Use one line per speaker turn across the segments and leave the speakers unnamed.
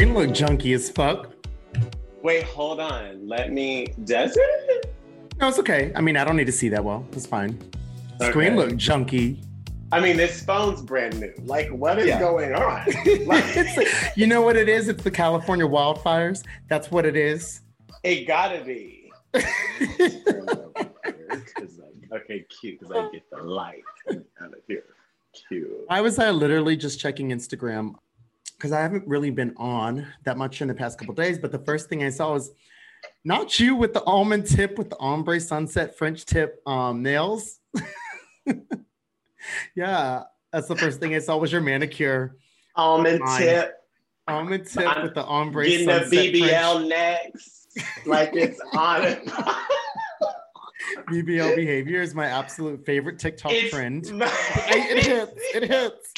You look junky as fuck.
Wait, hold on. Let me. Does it?
No, it's okay. I mean, I don't need to see that well. It's fine. Screen
Okay.
look junky.
I mean, this phone's brand new. Like, what is
Yeah.
going on? Like,
It's- you know what it is? It's the California wildfires. That's what it is.
it gotta be. It's like, okay, cute. Because I get the light out of here. Cute.
Why was I literally just checking Instagram? Because I haven't really been on that much in the past couple days. But the first thing I saw was not you with the almond tip with the ombre sunset French tip um, nails. yeah, that's the first thing I saw was your manicure.
Almond
Mine.
tip.
Almond tip
I'm
with the ombre
Getting a
sunset French-
BBL next. Like, it's on.
BBL behavior is my absolute favorite TikTok
It's-
trend. I- it hits. It hits.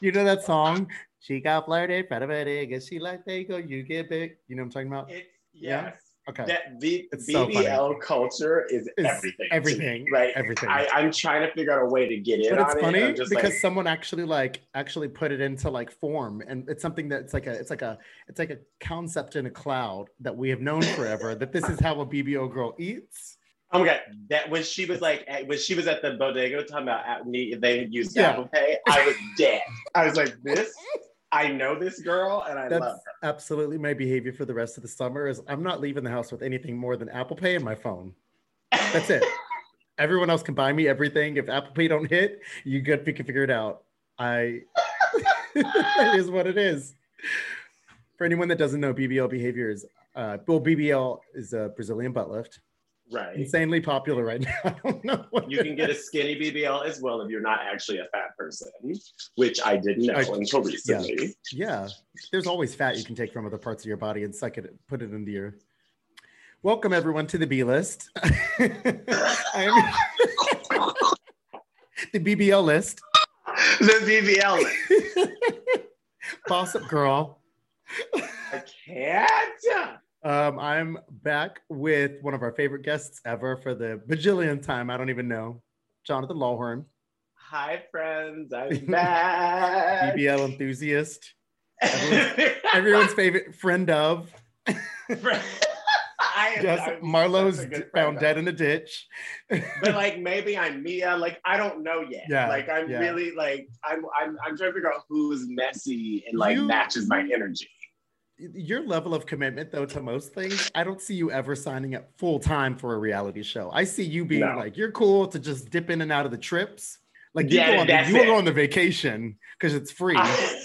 You know that song? She got flirted, proud of it, I guess she like they go, you get big. You know what I'm talking about?
It's,
Yeah?
yes.
Okay.
That B-
It's so funny.
BBL culture is
It's
everything. to me.
Everything.
Like,
Everything.
I, I'm trying to figure out a way to get in
but it's
on
funny
it. I'm just
because
like,
someone actually like actually put it into like form and it's something that's like a it's like a it's like a concept in a cloud that we have known forever that this is how a BBO girl eats.
oh my god, that when she was like at, when she was at the bodega talking about at me, they used
Yeah.
Apple Pay. I was dead. I was like, this. I know this girl, and I
That's
love her.
absolutely my behavior for the rest of the summer is I'm not leaving the house with anything more than Apple Pay and my phone. That's it. Everyone else can buy me everything. If Apple Pay don't hit, you good. You can figure it out. I. it is what it is. For anyone that doesn't know, BBL behavior is uh, well, BBL is a Brazilian butt lift,
right.
insanely popular right now. I don't know. What
You can get a skinny BBL as well if you're not actually a fat person, which I didn't know
I-
until recently.
Yeah, there's always fat you can take from other parts of your body and suck it, put it into your. Welcome everyone to the B list. I'm the BBL list.
The BBL,
Boss up girl.
I can't.
Um, I'm back with one of our favorite guests ever for the bajillion time. I don't even know, Jonathan Lawhorn,
Hi, friends. I'm back.
BBL enthusiast, everyone's favorite friend of.
I am-
Yes,
I'm
Marlowe's
such a good friend
found
of-
dead in a ditch.
But like maybe I'm Mia. Like I don't know yet.
Yeah,
like I'm
yeah.
really like I'm I'm I'm trying to figure out who's messy and like
You-
matches my energy.
Your level of commitment, though, to most things, I don't see you ever signing up full time for a reality show. I see you being
No.
like, you're cool to just dip in and out of the trips. Like you,
Yeah,
go, on the,
that's
you will
it.
go on the vacation because it's free.
I,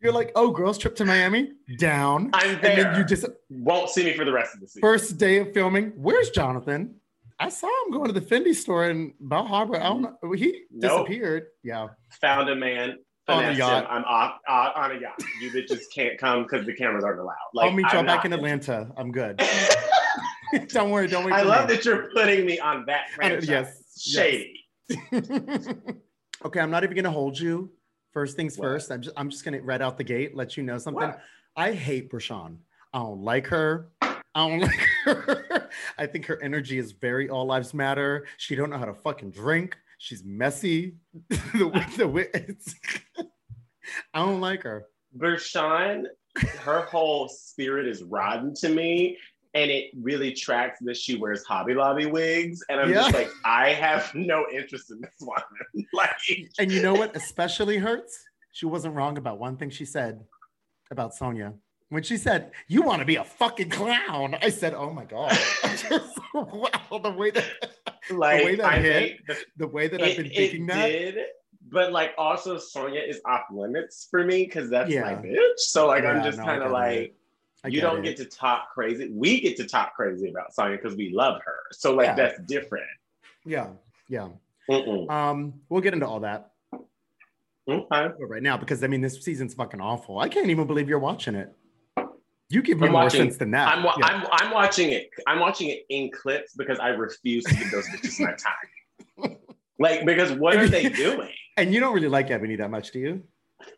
You're like, oh, girls trip to Miami, down.
am
And
there.
then you just
won't see me for the rest of the season.
first day of filming. Where's Jonathan? I saw him going to the Fendi store in Bell Harbor. I don't know. He
Nope.
disappeared. Yeah.
Found a man.
On a
finessed him.
yacht.
I'm off, off on a yacht. You bitches can't come because the cameras aren't allowed. Like
I'll meet y'all
I'm
back in
not-
Atlanta. I'm good. don't worry. Don't wait.
I
for
love
me.
that you're putting me on that
I don't-
franchise.
yes,
Shady.
okay. I'm not even going to hold you. First things
What?
first. I'm just, I'm just going to right out the gate, let you know something.
What?
I hate Brashawn. I don't like her. I don't like her. I think her energy is very all lives matter. She don't know how to fucking drink. She's messy. the way, the way it's, I don't like her.
Bershawn, her whole spirit is rotten to me. and it really tracks that she wears Hobby Lobby wigs. And I'm just
Yeah.
like, I have no interest in this woman. like,
And you know what especially hurts? She wasn't wrong about one thing she said about Sonia. When she said, You want to be a fucking clown, I said, Oh my God. Just, wow, the way that
like
way that
I
hit,
hate the
the way that I've been thinking that.
did, but like also Sonya is off limits for me because that's my
Yeah.
bitch. So like I'm
Yeah,
just
no, I
kind
get
of
it.
like
I
you don't
it.
get to talk crazy. We get to talk crazy about Sonya because we love her. So like
Yeah.
that's different.
Yeah, yeah.
Mm-mm.
Um, we'll get into all that
Okay.
but right now because I mean this season's fucking awful. I can't even believe you're watching it. You give me
I'm
more
watching-
sense than that.
I'm, wa-
Yeah.
I'm I'm watching it. I'm watching it in clips because I refuse to give those bitches my time. Like because what are they doing?
and you don't really like Ebony that much, do you?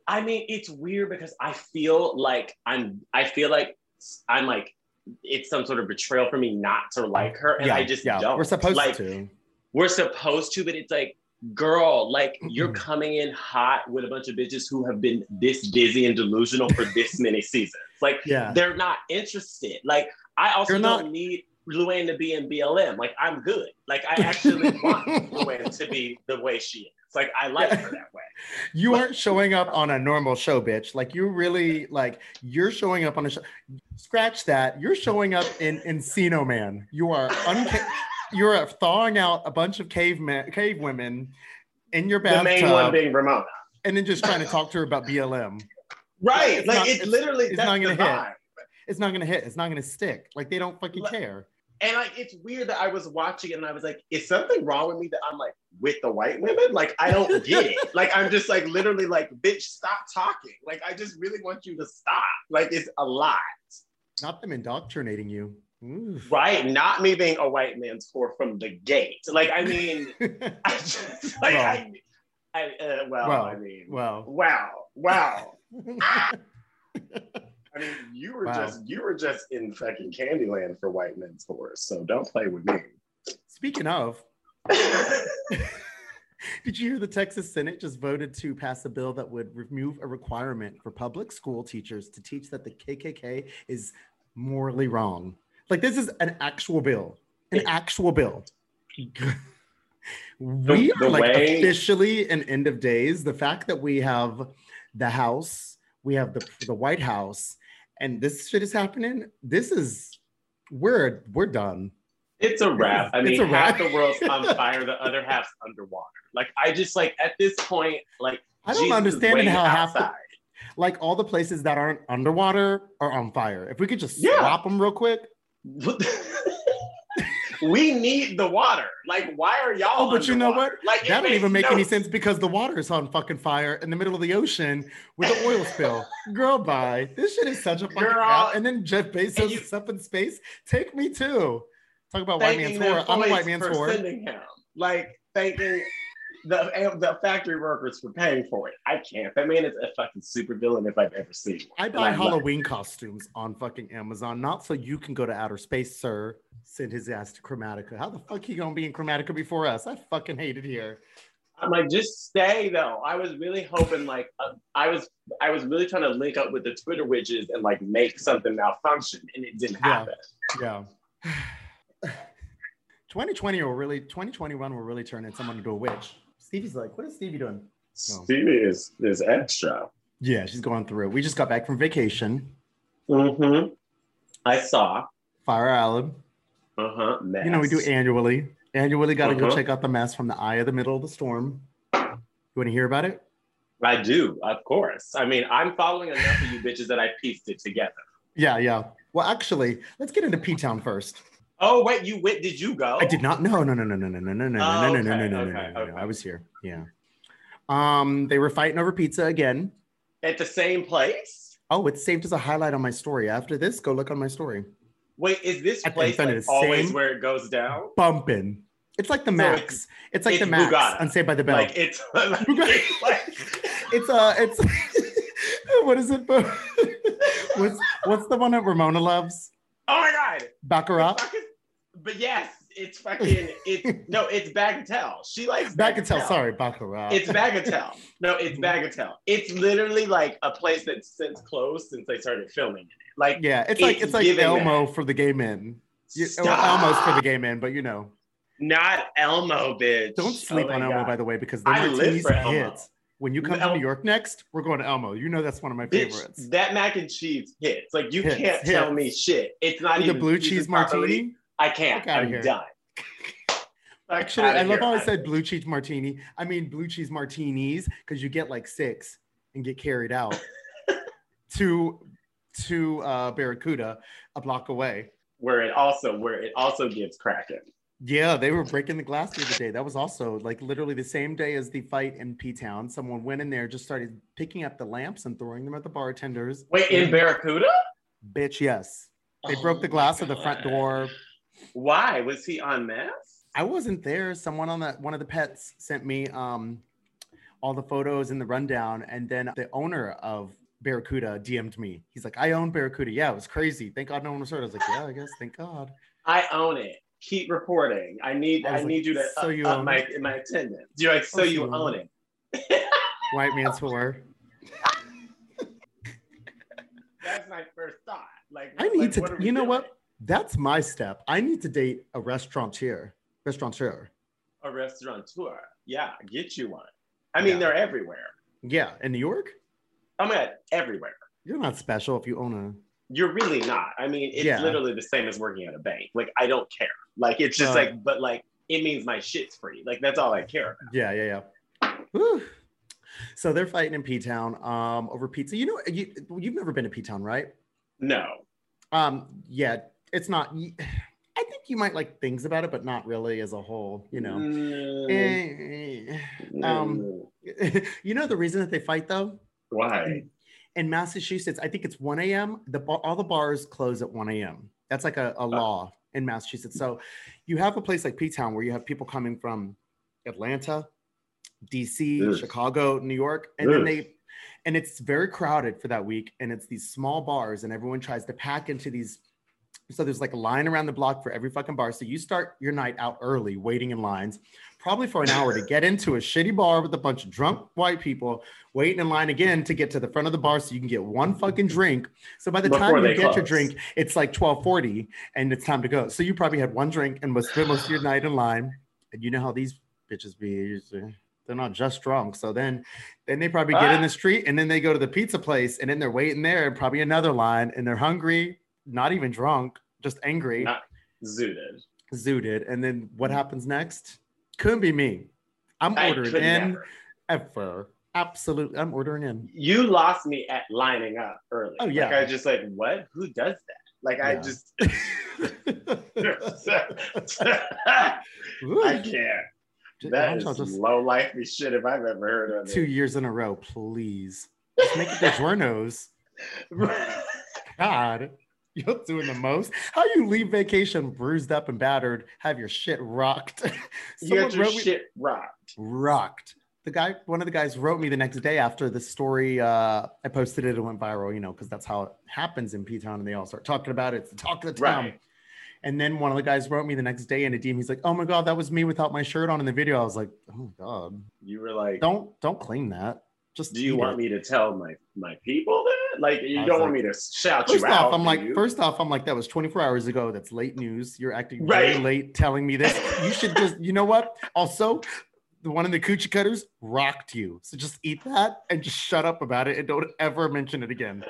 I mean, it's weird because I feel like I'm, I feel like I'm like, it's some sort of betrayal for me not to like her. And I just don't.
We're supposed
like,
to.
We're supposed to, but it's like, girl, like you're coming in hot with a bunch of bitches who have been this busy and delusional for this many seasons. Like,
Yeah.
they're not interested. Like, I also
You're
don't
not-
need Luann to be in BLM. Like, I'm good. Like, I actually want Luann to be the way she is. Like, I like her that way.
You aren't showing up on a normal show, bitch. Like you really like you're showing up on a show. Scratch that. You're showing up in Encino Man. You are unca- you're thawing out a bunch of cavemen, cave women in your
The main one
bathtub,
being Ramona.
and then just trying to talk to her about BLM.
Right.
It's
like
not-
it's,
it's-
literally
it's
that's
not
the
gonna hit.
vibe.
It's not gonna hit. It's not gonna stick. Like they don't fucking
Like-
care.
And like it's weird that I was watching it and I was like, is something wrong with me that I'm like with the white women? Like I don't get it. Like I'm just like literally like, bitch, stop talking. Like I just really want you to stop. Like it's a lot.
Not them indoctrinating you. Oof.
Right? Not me being a white man's whore from the gate. Like I mean, I just like I, I uh, well,
Well,
I mean
wow.
wow. Wow. I mean, you were
Wow.
just you were just in fucking Candyland for white men's horrors, so don't play with me.
Speaking of, Did you hear the Texas Senate just voted to pass a bill that would remove a requirement for public school teachers to teach that the KKK is morally wrong? Like, this is an actual bill, an actual bill. we
The- the
are like
way-
officially an end of days. The fact that we have the House, we have the, the White House, and this shit is happening. This is, we're, we're done.
it's a wrap. I
It's
mean,
a wrap.
half the world's on fire, the other half's underwater. Like, I just like at this point, like
I don't
Jesus is
understand
waiting
how half the-
outside.
like all the places that aren't underwater are on fire. If we could just
Yeah.
swap them real quick.
we need the water. Like, why are y'all?
Oh, but you know what?
underwater? Like, it
That don't
makes
even make
no
any sense because the water is on fucking fire in the middle of the ocean with an oil spill. Girl, bye. This shit is such a fucking
Girl.
out. And then Jeff Bezos
And you-
is up in space. Take me too. Talk about white man's
thanking
whore. I'm a
employees
white man's
for
whore.
Sending him, like thanking the the factory workers for paying for it. I can't. That man is a fucking super villain if I've ever seen one.
I buy
Like,
Halloween costumes on fucking Amazon, not so you can go to outer space, sir. Send his ass to Chromatica. How the fuck he gonna be in Chromatica before us? I fucking hate it here.
I'm like, just stay though. I was really hoping, like, uh, I was, I was really trying to link up with the Twitter witches and like make something malfunction, and it didn't
Yeah.
happen.
Yeah. 2020 will really 2021 will really turn in someone into a witch. Stevie's like, what is Stevie doing? No.
Stevie is is extra.
Yeah, she's going through. it. We just got back from vacation.
Mm-hmm. I saw.
Fire Island.
Uh huh.
You know, we do annually. Annually gotta go
Uh-huh.
check out the mess from the eye of the middle of the storm. You wanna hear about it?
I do, of course. I mean, I'm following enough of you bitches that I pieced it together.
Yeah, yeah. Well, actually, let's get into P Town first.
Oh wait, you went? Did you go?
I did not. No, no, no, no, no, no, no, no, no,
Oh,
no, no, no, no,
okay,
no, no,
okay,
no, no, no.
okay.
I was here. Yeah. Um, they were fighting over pizza again.
at the same place.
Oh, it's saved as a highlight on my story. After this, go look on my story.
Wait, is this
At the
place
front of
like,
the
always
same-
where it goes down?
Bumping. It's like the
it's-
Max. it's, like
it's
the Max
Bugatti.
on Saved by the Bell.
Like it's like, it's like
it's uh it's what is it? Bo? what's what's the one that Ramona loves?
oh my god.
Baccarat.
Fuck is- But yes, it's fucking it's no, it's bagatelle. She likes
Bagatelle, sorry, Mhm. Baccarat.
It's bagatelle. No, it's bagatelle. It's literally like a place that's since closed since they started filming in it. Like
yeah, it's like
it's
it's like
giving
Elmo for the gay men. You- or
Stop.
oh, Elmo's for the gay men, but you know,
not Elmo, bitch.
don't sleep
Oh my
on Elmo
God.
by the way because the
I live
martinis
for Elmo.
hits. When you come
El-
to New York next, we're going to Elmo. You know that's one of my
Bitch,
favorites.
that mac and cheese hits. Like you
Hits,
can't tell
hits.
me shit. It's not
With the
even
blue
seasoned
cheese
properly.
martini.
I can't.
Fuck outta
I'm
here.
done.
Actually, I love how I said blue cheese martini. I mean blue cheese martinis because you get like six and get carried out to to uh, Barracuda a block away.
where it also where it also gives Kraken.
Yeah, they were breaking the glass the other day. That was also like literally the same day as the fight in P Town. Someone went in there, just started picking up the lamps and throwing them at the bartenders.
Wait, in Barracuda?
Bitch, yes. They
Oh
broke the
my
glass of the front
God.
door.
Why was he on mass?
I wasn't there. Someone on the one of the pets sent me um all the photos in the rundown, and then the owner of Barracuda DM'd me. He's like, "I own Barracuda. Yeah, it was crazy. Thank God no one was hurt." I was like, "Yeah, I guess. Thank God."
I own it. Keep reporting. I need
I
I,
was like,
need you to
so
up,
you
up
own
my
it?
my attendance. You're like, so
course
you
you
own
own
it.
White man's whore.
That's my first thought. Like
I
like,
need
what are
to.
we
You know
doing?
what? That's my step. I need to date a restaurateur. Restaurateur.
A restaurateur. Yeah, get you one. I mean,
Yeah.
they're everywhere.
Yeah, in New York,
Oh my god, everywhere.
you're not special if you own a.
You're really not. I mean, it's
Yeah.
literally the same as working at a bank. Like I don't care. Like it's just
Uh.
like, but like it means my shit's free. Like that's all I care about.
Yeah, yeah, yeah. Whew. So they're fighting in P Town um, over pizza. You know, you, you've never been to P Town, right?
No.
Um, yeah, it's not. y- I think you might like things about it, but not really as a whole. You know.
Mm,
Eh,
mm.
eh. you know the reason that they fight though.
Why?
mm. In Massachusetts, I think it's 1 a.m. The ba- all the bars close at 1 a.m. That's like a, a law in Massachusetts. So you have a place like P Town where you have people coming from Atlanta, DC,
Ugh.
Chicago, New York, and then
Ugh.
they and it's very crowded for that week. And it's these small bars, and everyone tries to pack into these. So there's like a line around the block for every fucking bar. So you start your night out early, waiting in lines, probably for an hour to get into a shitty bar with a bunch of drunk white people waiting in line again to get to the front of the bar so you can get one fucking drink. So by the
Before
time you
they
get your
close.
drink, it's like 12:40 and it's time to go. So you probably had one drink and was spent most of your night in line. And you know how these bitches be. They're not just drunk. So then then they probably get in
Ah.
the street and then they go to the pizza place and then they're waiting there and probably another line and they're hungry, not even drunk, just angry,
Not- Zooted.
zooted. And then what happens next? Couldn't be me. I'm
Mm-hmm. I
ordering
could
in
never.
ever. Absolutely. I'm ordering in.
You lost me at lining up early.
Oh, yeah.
Like, I was just like, what? Who does that? Like, I
Yeah.
just,
Ooh,
I can't.
j-
That
Angel,
is
just
low life shit if I've ever heard of
two
it.
years in a row, please. Just make it DiGiorno's. God, you're doing the most. How you leave vacation bruised up and battered, have your shit rocked.
you
Someone
got your
wrote me-
shit rocked.
rocked. The guy, one of the guys wrote me the next day after the story. Uh, I posted it, it went viral, you know, because that's how it happens in P Town and they all start talking about it. It's the talk of the town.
Right.
And then one of the guys wrote me the next day in a DM. He's like, Oh my God, that was me without my shirt on in the video. I was like, Oh God,
You were like,
don't don't claim that. Just
do you
eat
want
it."
me to tell my, my people that? Like, you
I was
don't want
like-
me to shout
First
you
off,
out.
I'm
do
like,
you?
first off, I'm like, that was 24 hours ago. That's late news. You're acting very
Right.
late telling me this. You should just, you know what? Also, the one in the coochie cutters rocked you. So just eat that and just shut up about it and don't ever mention it again.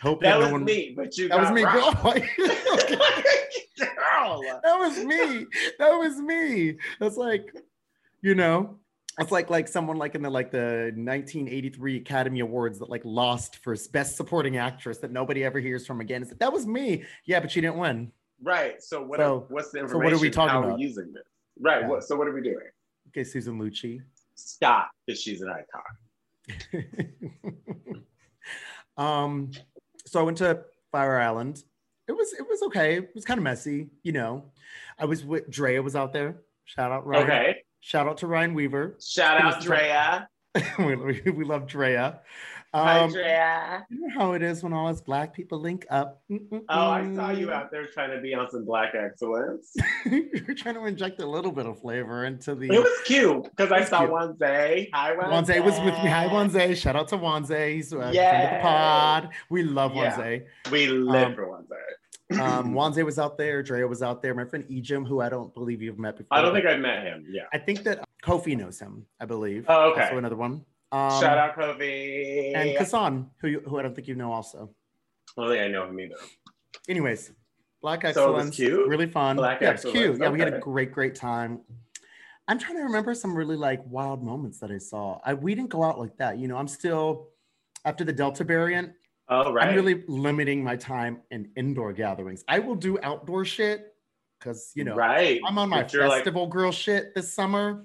Hope
that
no
was
one-
me, but you
That was
got
me,
rocked.
girl.
Girl.
that was me. That was me. That's like, you know, it's like like someone like in the like the 1983 Academy Awards that like lost for best supporting actress that nobody ever hears from again. It's like, that was me. Yeah, but she didn't win.
Right. So what?
So-
what's the
so
information?
what are we talking
How
about?
we using this? Right.
Yeah.
What, so what are we doing?
Okay, Susan Lucci.
Stop, because she's an icon.
um, so I went to Fire Island. It was it was okay. It was kind of messy, you know. I was with Drea was out there. Shout out Ryan.
Okay.
Shout out to Ryan Weaver.
Shout
It
out
was-
Drea.
we, we, we love Drea.
Hi,
Um,
Drea.
you know how it is when all us black people link up. Mm-mm-mm.
Oh, I saw
Mm.
you out there trying to be on some black excellence.
You're trying to inject a little bit of flavor into the.
It was cute because I
It's
saw
cute.
Wanzay. Hi, Wanzay.
Wanzay was with me. Hi, Wanzay. Shout out to Wanzay. He's a friend of
Yes.
the pod. We love
Yeah.
Wanzay.
We live
Um,
for Wanzay.
Um, Wanzay was out there. Drea was out there. My friend Ejim, who I don't believe you've met before.
I don't think I've met him. Yeah.
I think that uh, Kofi knows him, I believe.
Oh, okay.
Also another one. Um,
Shout out Kobe.
And Kasan, who, you, who I don't think you know also.
I don't think I know him either.
Anyways, Black
it was
Excellence.
cute?
Really fun.
Black
yeah, it was
Excellence,
cute. Yeah, we had a
okay.
great, great time. I'm trying to remember some really like wild moments that I saw. I we didn't go out like that. You know, I'm still after the Delta variant,
Oh, right.
I'm really limiting my time in indoor gatherings. I will do outdoor shit because you know
right.
I'm on my
But you're like,
festival girl shit this summer.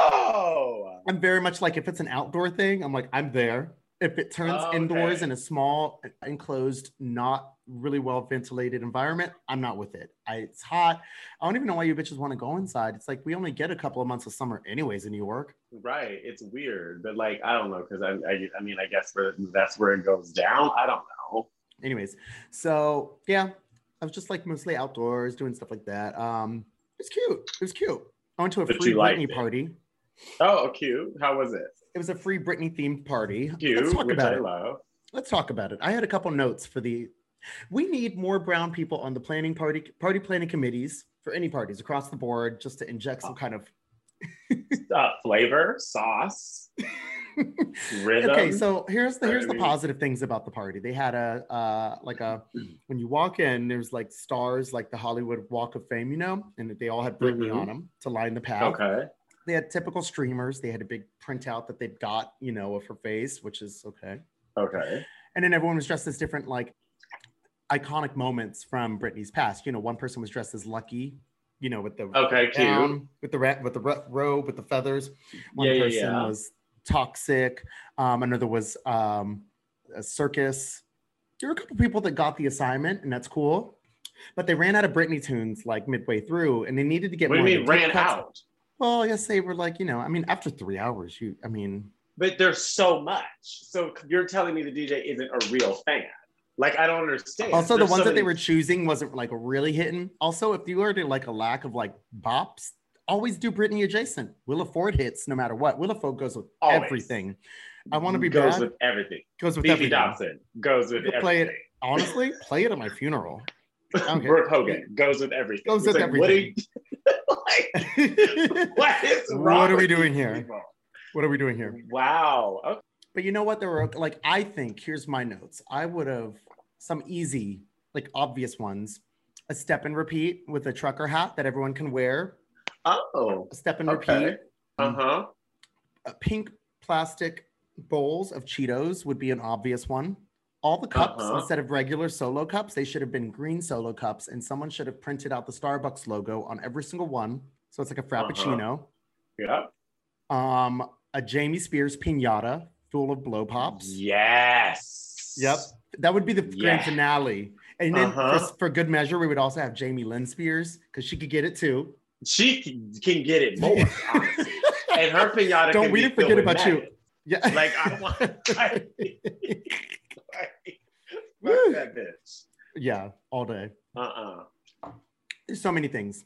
oh,
I'm very much like if it's an outdoor thing, I'm like, I'm there. If it turns
Oh, okay.
indoors in a small, enclosed, not really well ventilated environment, I'm not with it. I, it's hot. I don't even know why you bitches want to go inside. It's like we only get a couple of months of summer, anyways, in New York.
right. It's weird, but like I don't know because I, I, I mean I guess where, that's where it goes down. I don't know.
Anyways, so yeah, I was just like mostly outdoors doing stuff like that. Um, it's cute. It was cute. I went to a
But
free
you liked
Britney
it.
party.
Oh, cute. How was it?
It was a free Britney themed party.
Cute,
Let's talk
which
about
I
it.
love.
Let's talk about it. I had a couple notes for the. We need more brown people on the planning party party planning committees for any parties across the board, just to inject some kind of.
Uh, flavor, sauce, rhythm.
okay, so here's the here's the
I mean-
positive things about the party. They had a uh, like a when you walk in, there's like stars like the Hollywood Walk of Fame, you know, and they all had Britney
Mhm.
on them to line the path.
okay.
They had typical streamers. They had a big printout that they'd got, you know, of her face, which is okay.
Okay.
and then everyone was dressed as different like iconic moments from Britney's past. You know, one person was dressed as Lucky, you know, with the
Okay. Oh, Cute.
gown, with the ra- with the ro- robe with the feathers. One
Yeah, yeah,
person
yeah.
was Toxic. Um, another was um, a Circus. There were a couple people that got the assignment, and that's cool. But they ran out of Britney tunes like midway through, and they needed to get
What do you
more. of
mean
the deep
ran
cuts.
out?
Well, I guess they were like, you know, I mean, after three hours, you, I mean,
But there's so much. So you're telling me the DJ isn't a real fan. Like I don't understand.
Also, the
There's
ones
so
that they
many-
were choosing wasn't like really hitting. Also, if you are to like a lack of like bops, always do Britney adjacent. Willa Ford hits no matter what. Willa Ford goes with
Always.
everything. I want to be
goes
bad.
with everything.
goes with
BB
everything.
Dobson goes with
You could play it-
everything.
Honestly, play it at my funeral. Okay.
Brooke Hogan goes with everything.
Goes
It's
with
like, What are you, like, what is wrong?
What are we
with
doing
these
here? what are we doing here?
people? Wow. Okay.
But you know what? There were like I think here's my notes. I would have some easy, like obvious ones. A step and repeat with a trucker hat that everyone can wear.
Oh.
A step and repeat.
Okay. Uh huh.
uh, pink plastic bowls of Cheetos would be an obvious one. All the cups,
Uh-huh.
instead of regular solo cups, they should have been green solo cups, and someone should have printed out the Starbucks logo on every single one. So it's like a
Uh-huh.
Frappuccino.
Yep.
Um, a Jamie Spears pinata full of blow pops.
Yes.
Yep. That would be the grand
Yeah.
finale. And then
Uh-huh.
for, for good measure, we would also have Jamie Lynn Spears because she could get it too.
She can, can get it more. honestly. and her pinata.
Don't
can
we
be
didn't forget
filled
about
with
you.
maggots.
Yeah.
Like I want. Like,
Woo.
fuck that bitch.
yeah, all day.
Uh uh
There's so many things.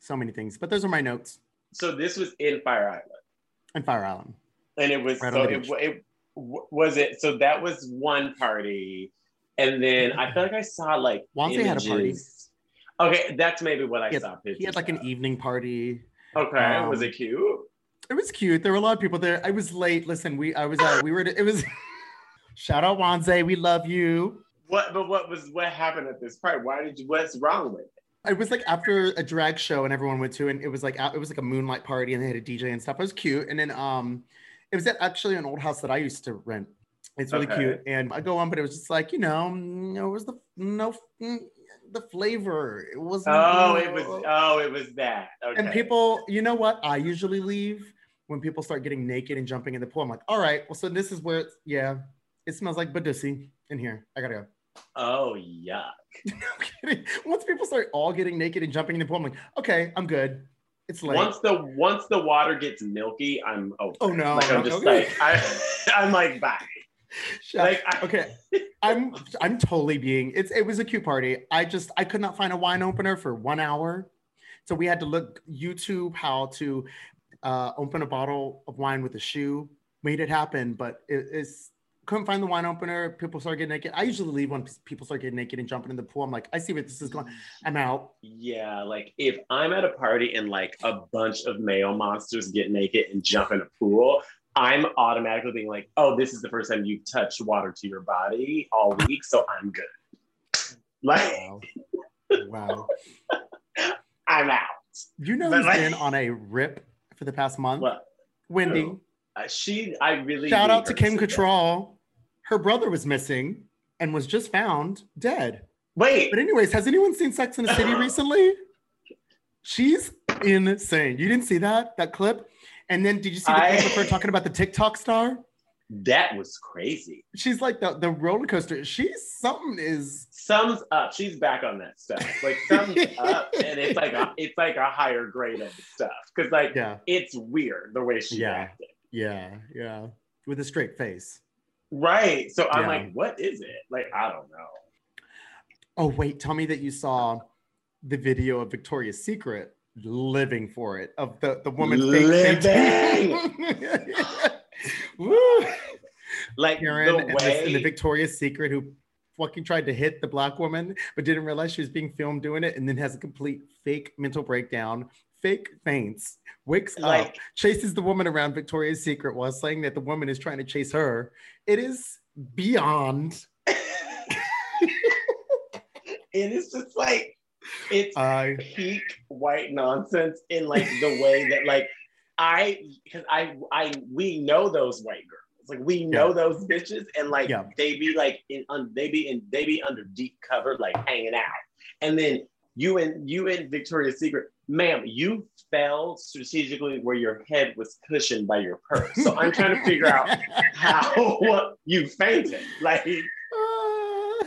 So many things. But those are my notes.
So this was in Fire Island.
And Fire Island.
and it was
Right
so
on the
it,
beach.
it w- was it so that was one party and then i feel like i saw like
Wanse had a party.
images. okay that's maybe what i
He had-
saw
He had like an
pictures
evening party.
of. okay
um,
was it cute
It was cute. There were a lot of people there. I was late. Listen, we I was uh, we were it was shout out Wanze. We love you.
what but what was what happened at this party why did you what's wrong with it
It was like after a drag show and everyone went to and it was like out, it was like a moonlight party and they had a DJ and stuff. It was cute. And then um it was at actually an old house that I used to rent. It's really
Okay.
cute. And I go on, but it was just like, you know, mm, it was the no mm, the flavor. It wasn't
oh
you
it was
know.
oh it was that okay.
Mm-hmm. And people, you know what? I usually leave when people start getting naked and jumping in the pool. I'm like, all right, well, so this is where it's, yeah, it smells like Badussi in here. I gotta go.
oh yuck
Once people start all getting naked and jumping in the pool, I'm like, okay, I'm good. It's like
once the once the water gets milky, I'm over.
Oh,
it.
no,
Like I'm
no,
just
okay.
like I, I'm like bye.
Shut-
Like I,
okay. I'm I'm totally being it's it was a cute party. I just I could not find a wine opener for one hour. So we had to look YouTube how to uh, open a bottle of wine with a shoe. Made it happen, but it, it's couldn't find the wine opener. People start getting naked. I usually leave when people start getting naked and jumping in the pool. I'm like, I see where this is going. I'm out.
Yeah, like if I'm at a party and like a bunch of male monsters get naked and jump in a pool, I'm automatically being like, oh, this is the first time you've touched water to your body all week, so I'm good. Like,
Wow. wow.
I'm out.
You know
But
who's
like-
been on a rip for the past month?
What?
Wendy.
Who? Uh, she, I really
Shout
need
out to
her
Kim
see that.
Cattrall. Her brother was missing and was just found dead.
Wait,
But anyways, has anyone seen Sex in the City recently? She's insane. You didn't see that that clip? And then did you see the
I-
clip of her talking about the TikTok star?
that was crazy.
She's like the, the roller coaster. She's something is
Sums up. She's back on that stuff. Like sums up, and it's like a, it's like a higher grade of stuff because like
yeah,
it's weird the way she
Yeah.
acted.
yeah, yeah. With a straight face.
Right. So I'm
Yeah.
like, what is it? Like, I don't know.
Oh wait, tell me that you saw the video of Victoria's Secret living for it of the the woman fake- fake- Woo.
Like
Karen
the
and, the,
way
and the Victoria's Secret who fucking tried to hit the black woman but didn't realize she was being filmed doing it and then has a complete fake mental breakdown, fake faints, wakes up,
like
chases the woman around Victoria's Secret while saying that the woman is trying to chase her. It is beyond
it is just like it's
I
peak white nonsense in like the way that like I because I I we know those white girls. Like we know those bitches and like
Yeah.
they be like in un, they be in they be under deep cover like hanging out. And then you and you and Victoria's Secret, ma'am, you fell strategically where your head was cushioned by your purse. So I'm trying to figure out how you fainted. Like
Ah.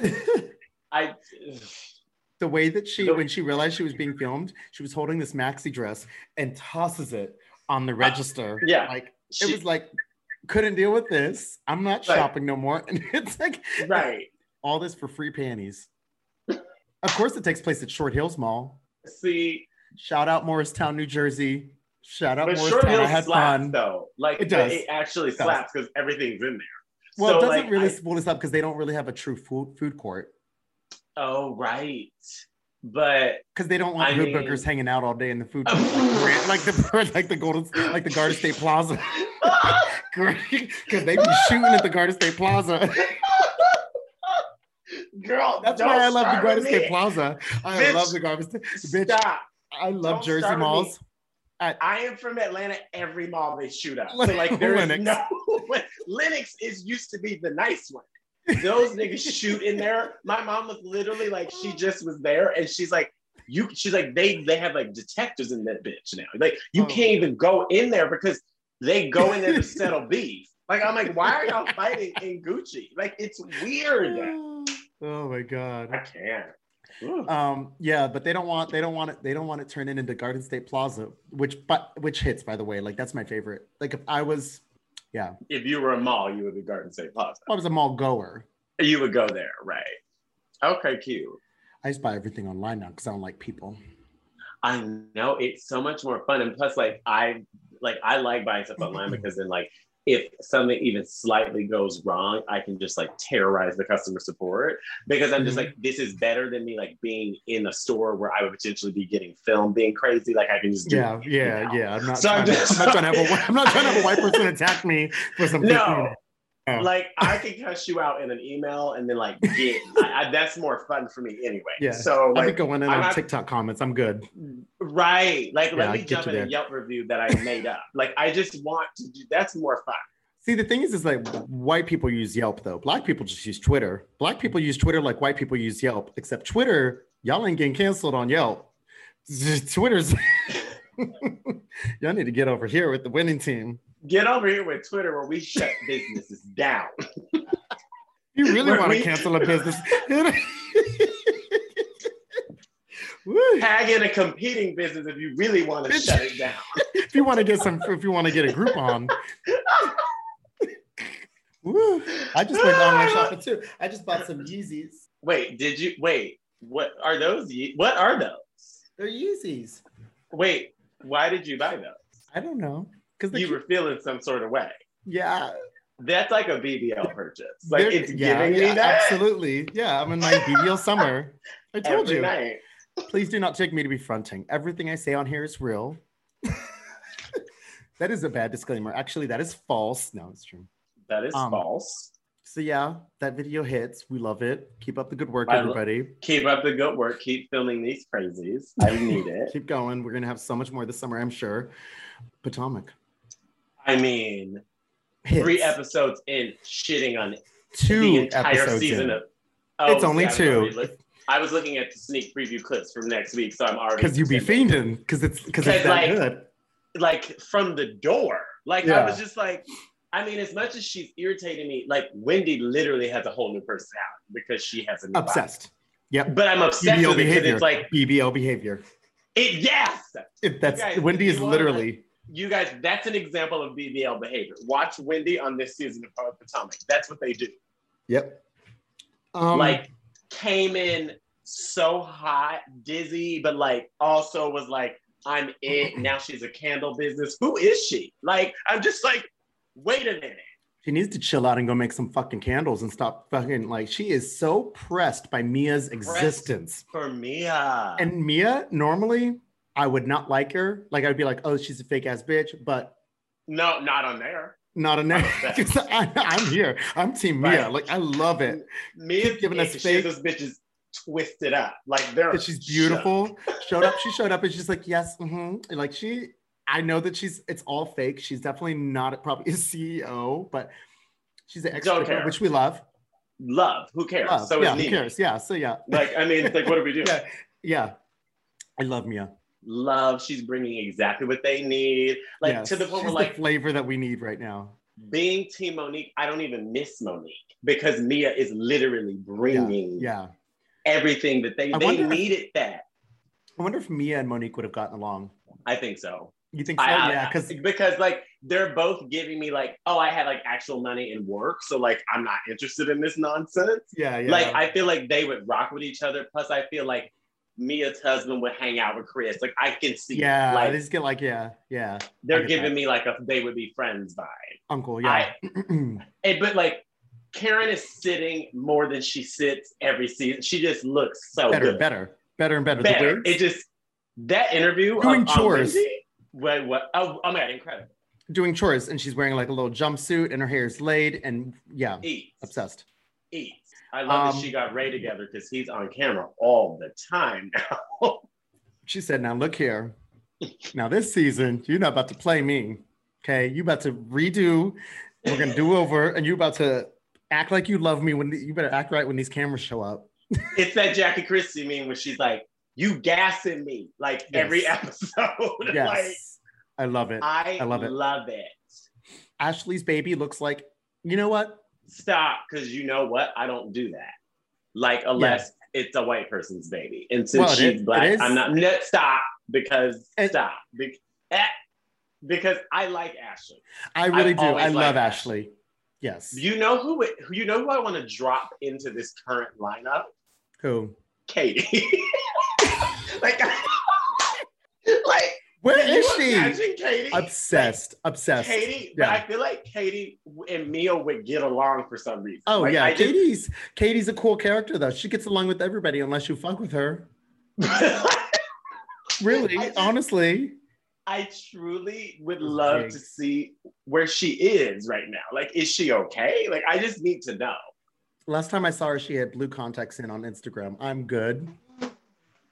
I
the way that she
The-
when she realized she was being filmed she was holding this maxi dress and tosses it on the register
Uh, yeah.
like it
she-
was like couldn't deal with this i'm not
Right.
shopping no more and it's like
right.
all this for free panties of course it takes place at short hills mall
See,
shout out morristown new jersey shout out
but Short
morristown i
Hill
had
slaps
fun
though. Like
It does.
It actually
does.
slaps because everything's in there.
well
So,
it doesn't
like,
really spoil us up because they don't really have a true food food court
Oh right, but
because they don't want
I
good
mean-
bookers hanging out all day in the food court like, the like the golden like the garden state plaza because they be shooting at the Garden State Plaza.
girl,
That's
don't
why I love the
start
Garden
with
State
me.
Plaza. I
Bitch,
love the Garden State. Bitch,
Stop.
I love
don't
Jersey
start with
malls.
I am from Atlanta. Every mall they shoot up. So
Like,
like there is
Lennox.
no Lennox is used to be the nice one. Those niggas shoot in there. My mom was literally like, she just was there, and she's like, you. She's like, they they have like detectors in that bitch now. Like you
Oh.
can't even go in there because they go in there to settle beef. Like I'm like, why are y'all fighting in Gucci? Like it's weird.
Oh my
I
god.
can't. Ooh.
Um, yeah, but they don't want they don't want it they don't want it turning into Garden State Plaza, which but which hits by the way. Like that's my favorite. Like if I was
If you were a mall, you would be Garden State Plaza.
if I was a mall goer,
You would go there, right? Okay, cute.
I just buy everything online now because I don't like people.
I know it's so much more fun, and plus, like I like I like buying stuff online
Mm-hmm.
because then, like, if something even slightly goes wrong, I can just like terrorize the customer support because I'm just
Mhm.
like, this is better than me like being in a store where I would potentially be getting filmed being crazy. Like I can just do
Yeah, yeah,
now.
yeah. I'm not,
So I'm
trying, to,
just-
I'm not trying to have a I'm not trying to have a white person attack me for some
no.
Yeah.
Like I can cuss you out in an email and then like get I, I, that's more fun for me anyway.
Yeah.
So
I've
like
been going in
I'm
on
not-
TikTok comments. I'm good.
right, like
Yeah,
let
I
me
get
jump
you
in a
there.
Yelp review that I made up. Like I just want to do that's more fun.
See, the thing is, is like white people use Yelp though. Black people just use Twitter. Black people use Twitter like white people use Yelp, except Twitter, y'all ain't getting canceled on Yelp. Twitter's y'all need to get over here with the winning team.
Get over here with Twitter where we shut businesses down.
You really
Where
want to
we-
cancel a business. Woo.
Tag in a competing business if you really want to
Bitch.
shut it down.
if you want to get some, if you want to get a group on. Woo. I just went online shopping too. I just bought some Yeezys.
Wait, did you wait? What are those? Ye- What are those?
They're Yeezys.
Wait, why did you buy those?
I don't know because
You were feeling some sort of way.
yeah,
That's like a BBL purchase. Like
they're-
it's
yeah,
giving
yeah,
me that
Absolutely, yeah. I'm in my BBL summer. I told
every
you.
night.
Please do not take me to be fronting. Everything I say on here is real. that is a bad disclaimer. Actually, that is false. No, it's true.
That is
Um,
false.
So yeah, that video hits. We love it. Keep up the good work,
I lo-
everybody.
Keep up the good work. Keep filming these crazies. I need it.
Keep going. We're gonna have so much more this summer, I'm sure. Potomac.
I mean,
Hits.
three episodes in, shitting on the
Two
entire
episodes.
season
in.
of. Oh,
It's only
I was
two.
already look- I was looking at the sneak preview clips from next week, so I'm already
Cause you be
pretending.
fiending, cause it's cause it's
'Cause,
that
like,
good.
like from the door. Like
Yeah.
I was just like, I mean, as much as she's irritating me, like Wendy literally has a whole new personality because she has a new
Obsessed.
body.
Yep.
But I'm obsessed
BBL
with it because
behavior.
it's like
BBL behavior.
it. Yes,
If that's
guys,
Wendy
you
is
wanna-
literally
you guys, that's an example of BBL behavior. Watch Wendy on this season of Potomac. That's what they do.
Yep. Um,
like came in so hot, dizzy, but like also was like, I'm it. Now she's a candle business. Who is she? Like, I'm just like, wait a minute.
She needs to chill out and go make some fucking candles and stop fucking like she is so pressed by Mia's existence.
For Mia.
And Mia, normally I would not like her. Like I'd be like, oh, she's a fake ass bitch, but
No, not on there.
not enough. Because I- I'm here. I'm team Mia.
Right.
Like I love it.
Mia's
giving
giving
us
us
fake-
This bitch is twisted up. Like they're
'Cause she's beautiful. showed up. She showed up and she's like, yes. mhm." And, Like she, I know that she's it's all fake. She's definitely not probably a CEO, but she's an
Don't
expert,
care.
which we love.
love. Who cares?
Love.
So
yeah,
is
who
Nene.
cares? Yeah. So yeah.
Like, I mean, it's like, what do we do?
Yeah. Yeah. I love Mia.
Love. She's bringing exactly what they need. Like
Yes,
to the point
she's
where like
flavor that we need right now.
being Team Monique, I don't even miss Monique because Mia is literally bringing
Yeah.
everything that they
I
they
wonder if-
needed. That
I wonder if Mia and Monique would have gotten along.
I think so.
You think so?
I, I-
yeah, because
because like they're both giving me like, oh, I had like actual money and work, so like I'm not interested in this nonsense.
yeah, yeah.
Like I feel like they would rock with each other. Plus, I feel like Mia's husband would hang out with Chris. Like I can see, it.
yeah, I
like
just get like, yeah, yeah, I
they're
get
giving
that.
me like a they would be friends vibe.
uncle, yeah.
And, but like Karen is sitting more than she sits every season. She just looks so
better,
Oh, good.
better, better, and better. The
better.
wigs?
It just that interview of-
Doing
on
chores.
Wednesday- Wait, what? Oh, oh my god, incredible!
Doing chores, and she's wearing like a little jumpsuit, and her hair is laid, and yeah,
Eat,
obsessed.
eat. I love
Um,
that she got Ray together because he's on camera all the time now.
She said, "Now look here, now this season, you're not about to play me, okay? You about to redo. We're gonna do over, and you about to act like you love me when the- you better act right when these cameras show up."
it's that Jackie Christie meme when she's like, "You gassing me like
Yes.
every episode." like
Yes, I love it.
I,
I love it.
love it.
Ashley's baby looks like, you know what?
Stop, because you know what? I don't do that. Like unless it's a white person's baby, and since
Well, it
she's
is- it
black,
is.
I'm not. No, stop because
It-
stop Be- eh, because I like Ashley.
I really do.
always
I
liked
love
that.
Ashley. Yes.
You know who it, you know who I want to drop into this current lineup?
Who?
Katie. like, like
Where
can
is
you
she?
imagine Katie?
Obsessed. Obsessed.
Katie,
Yeah.
but I feel like Katie and Mia would get along for some reason.
oh
Like,
yeah.
I just-
Katie's Katie's a cool character though. She gets along with everybody unless you fuck with her. Really?
I just-
honestly.
I truly would
This is
love
big.
to see where she is right now. Like, is she okay? Like, I just need to know.
Last time I saw her, she had blue contacts in on Instagram. I'm good.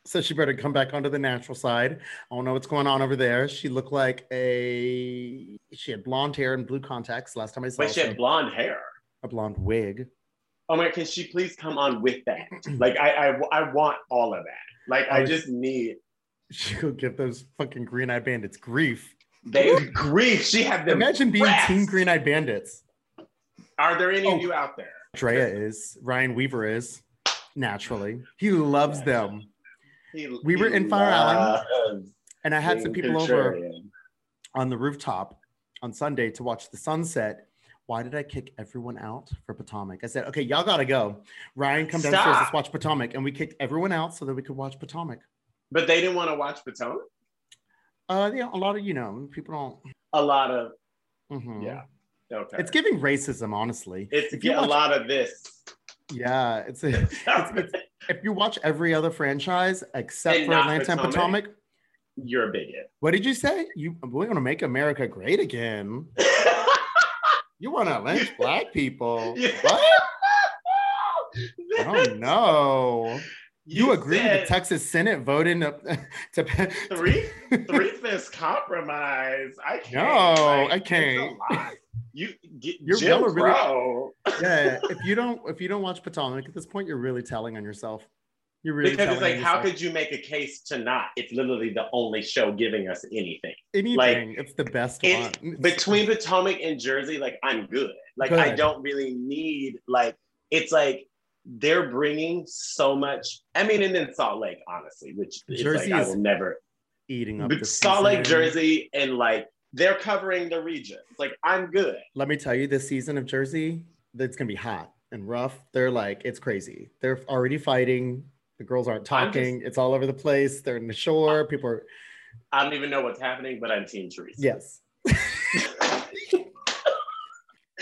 So she better come back onto the natural side. I don't know what's going on over there. She looked like a she had blonde hair and blue contacts last time I saw
But she
her.
had blonde hair.
a blonde wig.
Oh my! Can she please come on with that? Like, I, I, I want all of that. Like, I
was-
just need
She'll give those fucking green eyed bandits grief.
they grief. She had them.
Imagine being
pressed.
Team Green Eyed Bandits.
Are there any
Oh.
of you out there?
Drea is, Ryan Weaver is, naturally. He loves them.
He-
We were
he
in Fire Island.
loves
And I had some
being
people over
contrarian.
on the rooftop on Sunday to watch the sunset. Why did I kick everyone out for Potomac? I said, okay, y'all gotta go. Ryan, come downstairs,
Stop.
let's watch Potomac. And we kicked everyone out so that we could watch Potomac.
But they didn't want to watch Potomac.
Uh, yeah, a lot of you know, people
A lot of
don't. mhm.
yeah. Okay.
it's giving racism, honestly.
It's
if you
get a
watch-
lot of this.
Yeah, it's, it's if you watch every other franchise except
And
for
not
Atlanta and
Potomac.
Potomac,
You're a bigot.
what did you say? You we're gonna make America great again. You wanna lynch black people?
Yeah.
What? I don't know. You, agree
said
the Texas Senate voting to, to
three three fifths compromise. I can't.
No,
like,
I
it's a
can't.
lot. You get
Your
Jim
bill really-
Crow.
yeah. If you don't if you don't watch Potomac at this point, you're really telling on yourself. You're really
because it's
telling
like,
on
how
yourself.
could you make a case to not? It's literally the only show giving us anything.
anything. it's the best
It's
one.
between Potomac and Jersey, like I'm good. Like I
Good.
don't really need like it's like they're bringing so much. I mean, and then Salt Lake, honestly, which is
Jersey
like I
is
will never.
eating up
But
this
Salt Lake,
season.
Jersey, and like they're covering the region. It's Like I'm good.
Let me tell you, this season of Jersey, it's gonna be hot and rough. They're like, it's crazy. They're already fighting. The girls aren't
I'm just-
talking. it's all over the place. They're in the shore. People are
I don't even know what's happening, but I'm Team Teresa.
yes.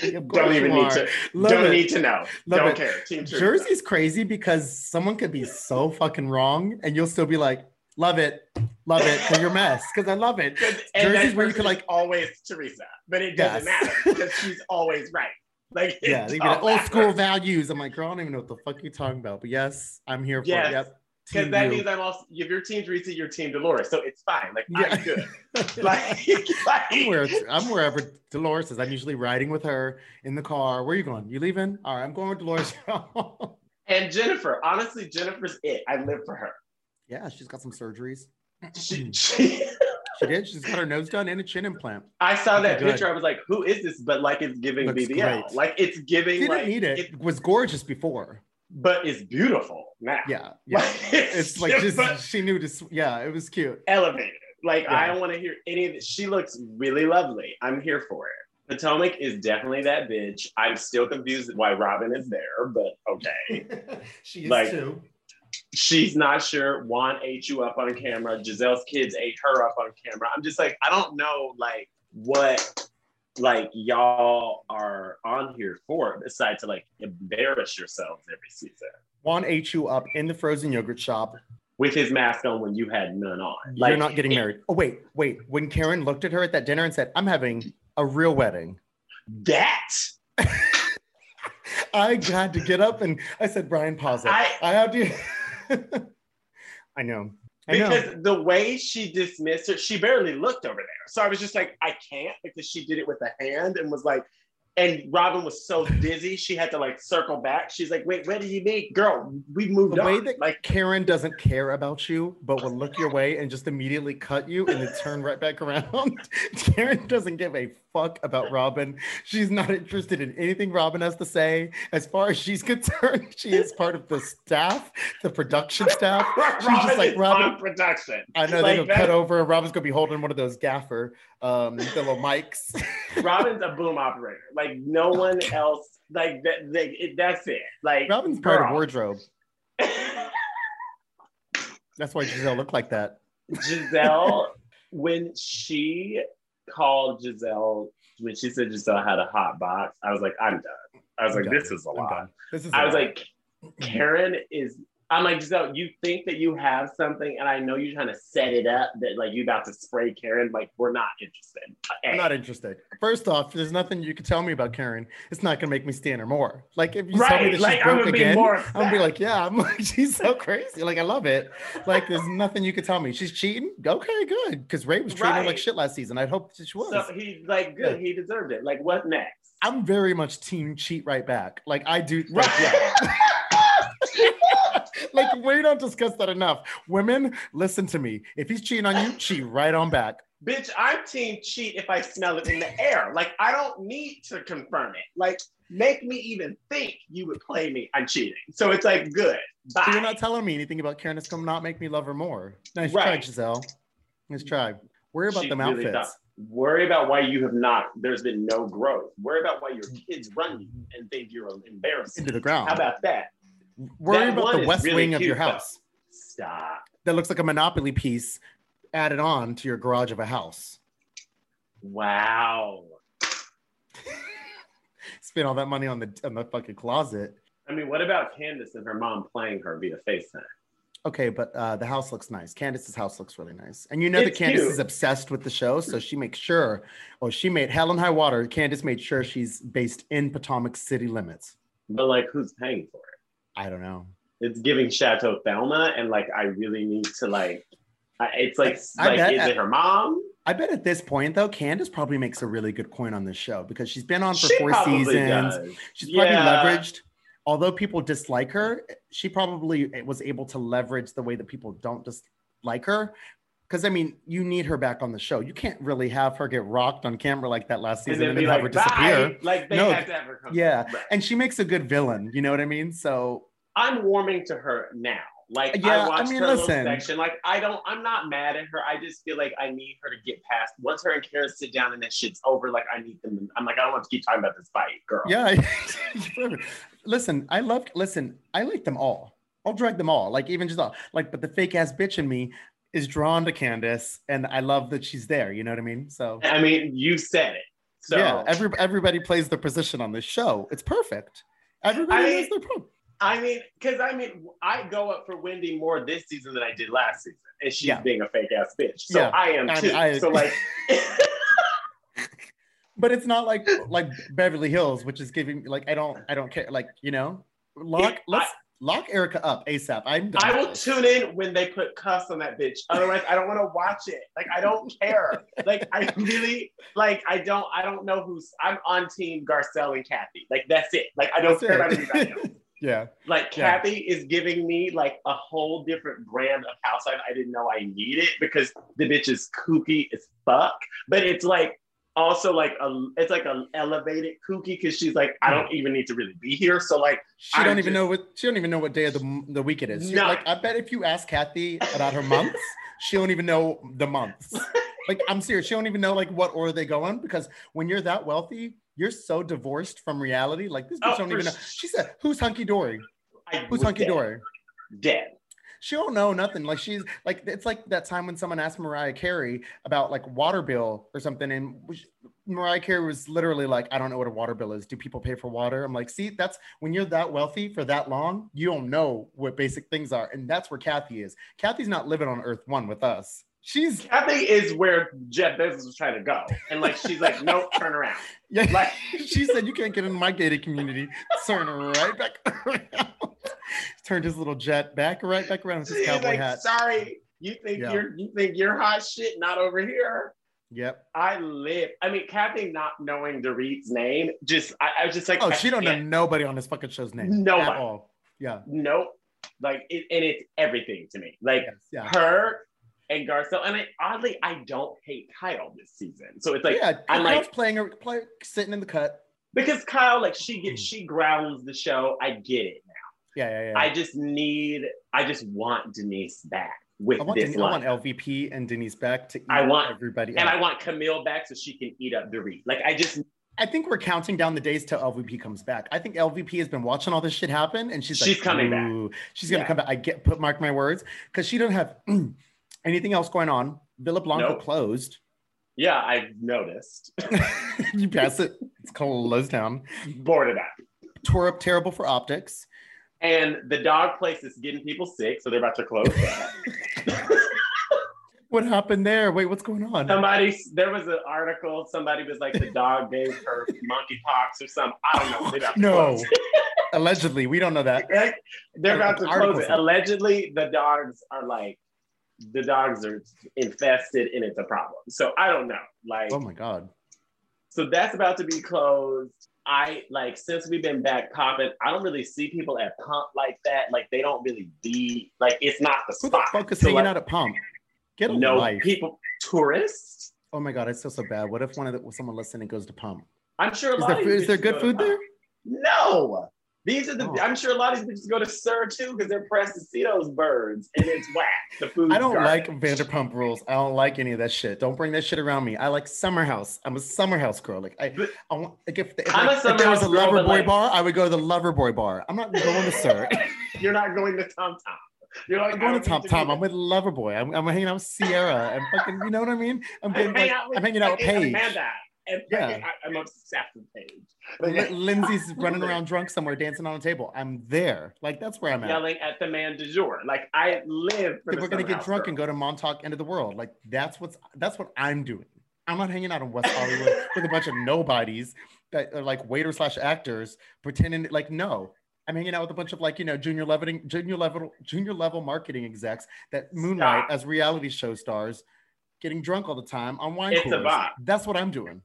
Of course
don't even
you
need
are.
to.
Love
don't
it.
need to know.
Love
don't
it.
care. Team Teresa.
Jersey's crazy because someone could be so fucking wrong and you'll still be like, love it, love it, because you're mess. Because I love it.
And
Jersey's
that
where you could,
person
like-
is always Teresa, but it doesn't
Yes.
matter because she's always right. Like
Yeah,
it
they'd be
don't
like, old school
matter.
values. I'm like, girl, I don't even know what the fuck you're talking about. But yes, I'm here for
Yes.
it. Yep.
Because
Team
that
you.
means I'm also if you're Team Teresa, you're Team Dolores, so it's fine. Like
Yeah.
I'm good. Like,
I'm,
like
where, I'm wherever Dolores is. I'm usually riding with her in the car. Where are you going? You leaving? All right, I'm going with Dolores.
and Jennifer, honestly, Jennifer's it. I live for her.
yeah, she's got some surgeries.
She,
Mm.
she,
She did. She's got her nose done and a chin implant.
I saw that
Okay, good.
picture. I was like, "Who is this?" But like, it's giving
Looks
BBL.
great.
Like it's giving.
Didn't
like,
need it.
it-
Was gorgeous before.
but it's beautiful now.
Yeah, yeah.
Like,
it's like just
but-
she knew to. sw- Yeah, it was cute.
elevated. Like
Yeah.
I don't want to hear any of this. She looks really lovely. I'm here for it. Potomac is definitely that bitch. I'm still confused why Robin is there, but okay.
she
is Like-
too.
She's not sure. Juan ate you up on camera. Giselle's kids ate her up on camera. I'm just like, I don't know like what like y'all are on here for besides to like embarrass yourselves every season
Juan ate you up in the frozen yogurt shop.
with his mask on when you had none on.
You're not getting married. Oh wait, wait. When Karen looked at her at that dinner and said, "I'm having a real wedding,"
That
I had to get up and I said, "Brian, pause it. I,
I-
have to." I know. I know.
Because the way she dismissed her, she barely looked over there. So I was just like, I can't because she did it with a hand and was like, and Robin was so dizzy, she had to like circle back. She's like, wait, what do you mean? Girl, we moved
The way
on.
that-
like,
Karen doesn't care about you, but will look your way and just immediately cut you and then turn right back around. Karen doesn't give a fuck about Robin. She's not interested in anything Robin has to say. As far as she's concerned, she is part of the staff, the production staff.
Robin
She's just like,
is
Robin.
on production.
I know
Like
they're gonna
that-
cut over, and Robin's gonna be holding one of those gaffer, um, the little mics.
Robin's a boom operator. Like, no one else, like, that. They, it, that's it. Like,
Robin's part of
girl.
wardrobe. That's why Giselle looked like that.
Giselle, when she called Giselle, when she said Giselle had a hot box, I was like, I'm done. I was
I'm
like,
done.
this is a
I'm
lot.
done. This is.
I was
a lot.
like, Karen is. I'm like, Giselle, you think that you have something, and I know you're trying to set it up that like you about to spray Karen. Like, we're not interested.
I'm not interested. First off, there's nothing you can tell me about Karen. It's not gonna make me stand her more. Like if you tell me
right.
that
like,
she's
I'm
broke
gonna
again,
be more.
I'm gonna
upset.
be like, yeah, I'm like, she's so crazy. Like I love it. Like there's nothing you can tell me. She's cheating. Okay, good. Because Ray was treating her like
Right.
shit last season. I hope that she was.
so he like good. He deserved it. Like, what next?
I'm very much team cheat right back. Like I do. Like,
Right.
yeah. like we don't discuss that enough. Women, listen to me. If he's cheating on you, cheat right on back.
bitch, I'm team cheat if I smell it in the air. Like, I don't need to confirm it. Like, make me even think you would play me. I'm cheating. So it's like, good. Bye.
So you're not telling me anything about Karen. It's gonna not make me love her more. Nice try,
Right.
Giselle. Nice try. Worry about
She
them
really
outfits.
does. Worry about why you have not, there's been no growth. Worry about why your kids run you and think you're embarrassing.
Into the ground.
How about that?
Worry
That
about
one
the
is
west
really
wing of
cute,
your
though.
house.
Stop.
That looks like a monopoly piece added on to your garage of a house.
Wow.
Spend all that money on the on the fucking closet.
I mean, what about Candace and her mom playing her via FaceTime?
Okay, but uh, the house looks nice. Candace's house looks really nice. And you know that
It's
Candace
cute.
is obsessed with the show, so she makes sure, oh, she made Hell and High Water. Candace made sure she's based in Potomac city limits.
But like, who's paying for it?
I don't know.
It's giving Chateau Thelma, and like, I really need to like. I, it's like,
I
like,
bet-
is it her mom?
I bet at this point, though, Candace probably makes a really good coin on this show because she's been on for
She
four
probably
seasons.
does.
She's probably
Yeah.
leveraged. Although people dislike her, she probably eh, was able to leverage the way that people don't dislike her. Because I mean, you need her back on the show. You can't really have her get rocked on camera like that last
And
season
then
and
be
then have her
like,
disappear.
bye. Like, they
No,
have to have her come.
yeah.
back. Right.
And she makes a good villain. You know what I mean? So
I'm warming to her now. Like
Yeah, I
I watched
mean,
her
listen.
little section. Like I don't, I'm not mad at her. I just feel like I need her to get past. Once her and Karen sit down and that shit's over, like I need them. I'm like I don't want to keep talking about this fight, girl.
yeah. Forever. listen, I loved. Listen, I like them all. I'll drag them all. Like even just all. Like, but the fake ass bitch in me is drawn to Candace, and I love that she's there. You know what I mean? So
I mean, you said it. So
yeah, every, everybody plays their position on this show. It's perfect. Everybody
I-
knows their pro.
I mean, because I mean, I go up for Wendy more this season than I did last season, and she's
Yeah.
being a fake ass bitch. So
Yeah.
I am
I-
too.
I-
so like,
But it's not like like Beverly Hills, which is giving like I don't I don't care. Like you know, lock
Yeah,
let's lock Erica up asap. I'm done.
I
with
will
this.
tune in when they put cuffs on that bitch. Otherwise, I don't want to watch it. Like I don't care. Like I really like I don't I don't know who's I'm on team Garcelle and Kathy. Like that's it. Like I don't
That's
care about
it.
anybody else.
Yeah.
Like
Yeah.
Kathy is giving me like a whole different brand of housewife. I didn't know I needed because the bitch is kooky as fuck. But it's like also like a it's like an elevated kooky because she's like, I
Hmm.
don't even need to really be here. So like
She
I'm
don't even
just-
know what she don't even know what day of the, the week it is. She-
No.
Like I bet if you ask Kathy about her months, she don't even know the months. Like I'm serious, she don't even know like what order they go in because when you're that wealthy, you're so divorced from reality. Like this bitch
Oh,
don't
for
even know.
s-
She said, "Who's hunky dory?
I was
Who's hunky
dead.
dory?"
Dead.
She don't know nothing. Like she's like it's like that time when someone asked Mariah Carey about like water bill or something, and which- Mariah Carey was literally like, "I don't know what a water bill is. Do people pay for water?" I'm like, "See, that's when you're that wealthy for that long, you don't know what basic things are, and that's where Kathy is. Kathy's not living on Earth One with us. She's
Kathy is where Jeff Bezos was trying to go. And like she's like, no, turn around.
yeah,
Like
she said, "You can't get in my gated community." Turn right back around. Turned his little jet back right back around with his
she's
cowboy
like,
hat.
sorry, you think
Yeah.
you're you think you're hot shit, not over here.
Yep.
I live. I mean, Kathy not knowing Dorit's name, just I, I was just like,
Oh,
I
she don't know
can't.
nobody on this fucking show's name.
No
at
one.
all. Yeah.
Nope. Like it, and it's everything to me. Like
Yes, yeah.
her and Garcelle. And I, oddly, I don't hate Kyle this season. So it's like
yeah.
I'm
Kyle's
like-
playing her, play, sitting in the cut.
because Kyle, like she gets she grounds the show. I get it.
Yeah, yeah, yeah.
I just need, I just want Denise back with
I want,
this
Den- I
line.
want LVP and Denise back to eat
I want-
everybody.
and
up.
I want Camille back so she can eat up Dorit. Like, I just,
I think we're counting down the days till LVP comes back. I think LVP has been watching all this shit happen, and she's like,
She's coming back.
"Ooh, She's gonna
Yeah.
come back. I get put mark my words because she don't have anything else going on. Villa Blanca
Nope.
closed.
yeah, I've noticed.
you pass it. It's closed down.
Bored of that.
Tore up terrible for optics.
And the dog place is getting people sick, so they're about to close that.
What happened there? Wait, what's going on?
somebody, there was an article, somebody was like, the dog gave her monkeypox or something. I don't know. They're about to
no,
close it.
allegedly, we don't know that.
Like, they're about to close
Articles.
it. Allegedly, the dogs are like, the dogs are infested and it's a problem. So I don't know. Like,
Oh my god.
So that's about to be closed. I like since we've been back popping, I don't really see people at pump like that. Like they don't really be like it's not the
Who the
spot.
fuck is
So,
hanging
like,
out at Pump? Get a
no
life.
people, tourists.
Oh my god, I feel so bad. What if one of the, someone listening goes to Pump?
I'm sure a
Is
lot
there
of
food,
these
is there
bitches
good
go
food
to-
there?
No. These are the.
Oh.
I'm sure a lot of these bitches go to Sir too because they're pressed to see those birds, and it's whack. The food.
I don't like Vanderpump Rules. I don't like any of that shit. Don't bring that shit around me. I like Summer House. I'm a Summer House girl. Like I,
But-
I want like if, if,
I'm a
like, if
Summer
there was a
House girl,
Lover
but,
Boy
like-
bar, I would go to the Lover Boy bar. I'm not going to Sir.
You're not going to Tom Tom. You're like
I'm going
I
to
don't
Tom
need
Tom.
do
I'm with Lover Boy. I'm, I'm hanging out with Sierra. I'm fucking. You know what I mean? I'm
that.
getting
I hang
like,
out with
I'm hanging out with
fucking
Paige.
Amanda. And
Yeah.
fucking- I, am obsessed with Paige.
Li-
Like,
Lindsay's running around drunk somewhere, dancing on a table. I'm there. Like that's where I'm at.
yelling at the man du jour. Like I live for.
If
the
we're gonna
Summer
get
House
drunk and
Girl.
go to Montauk, end of the world. Like that's what's that's what I'm doing. I'm not hanging out in West Hollywood with a bunch of nobodies that are like waiter slash actors pretending like no. I'm hanging out with a bunch of like you know junior leveling junior level junior level marketing execs that moonlight
Stop.
as reality show stars, getting drunk all the time on wine
It's a
coolers.
vibe.
That's what I'm doing.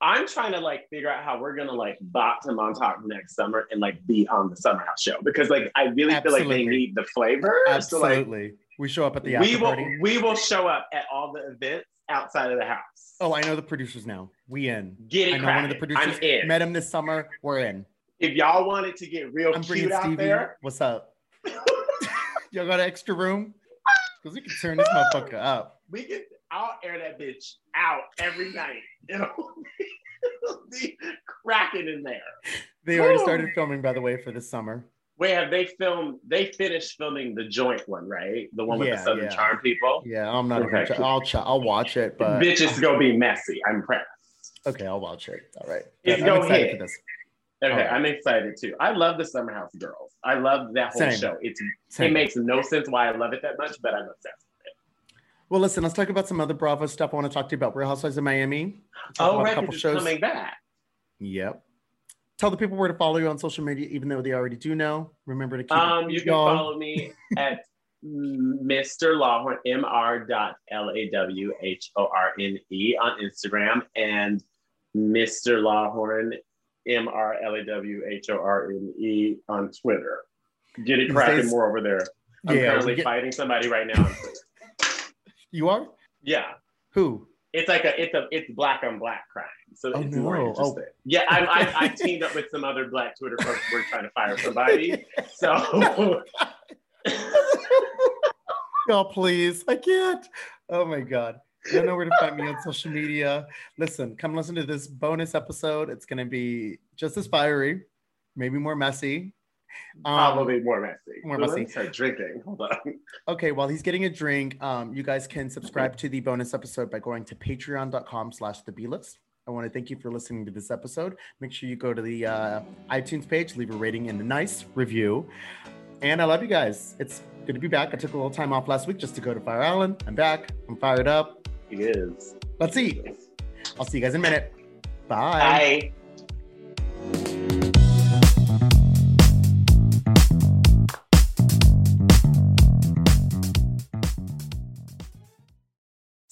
I'm trying to like figure out how we're gonna like bop to Montauk next summer and like be on the summer house show because like I really feel like
Absolutely.
they need the flavor. So like
Absolutely, we show up at the
we
after
will
party.
we will show up at all the events outside of the house.
Oh, I know the producers now. We in.
get
I
it
know one of the
cracking. I'm
producers.
in.
Met him this summer. We're in.
if y'all wanted to get real
I'm bringing
cute out
Stevie.
there,
What's up? Y'all got an extra room? Because we can turn this motherfucker up.
we can. I'll air that bitch out every night. It'll be, it'll be cracking in there.
They already started filming, by the way, for this summer.
Where have they filmed? They finished filming the joint one, right? The one with
Yeah,
the Southern
yeah.
Charm people.
Yeah, I'm not.
Okay,
Okay.
cool.
I'll ch- I'll watch it, but
Bitch, it's gonna be messy. I'm impressed.
okay, I'll watch it. All right.
It's
I'm
gonna
excited
hit.
for this.
Okay,
Alright.
I'm excited too. I love the Summer House Girls. I love that whole
Same.
show. It's it
Same.
makes no sense why I love it that much, but I'm obsessed.
well, listen, let's talk about some other Bravo stuff. I want to talk to you about Real Housewives of Miami. Talk
Oh,
about
right, 'cause it's coming back.
Yep. Tell the people where to follow you on social media, even though they already do know. Remember to keep it
Um, you can
y'all.
follow me at Mr. Lawhorn, M R dot L A W H O R N E on Instagram and Mr. Lawhorn, M R L A W H O R N E on Twitter. Get it
These
cracking
days-
more over there. I'm
Yeah, we
currently
get-
fighting somebody right now. on Twitter.
you are
yeah.
who?
It's like a it's a it's black on black crime, so
Oh,
it's more
no.
interesting.
Oh.
Yeah, I, I I teamed up with some other black Twitter folks. We're trying to fire somebody, so
Y'all, please. I can't. Oh my God. You know where to find me on social media. Listen, come listen to this bonus episode. It's going to be just as fiery, maybe more messy. Um,
probably more messy.
more
So let
messy.
me Start drinking. Hold on.
Okay, while he's getting a drink, um, you guys can subscribe to the bonus episode by going to patreon.com slash the B list. I want to thank you for listening to this episode. Make sure you go to the uh, iTunes page, leave a rating and a nice review. And I love you guys. It's good to be back. I took a little time off last week just to go to Fire Island. I'm back. I'm fired up.
It is.
Let's eat. I'll see you guys in a minute. Bye.
Bye.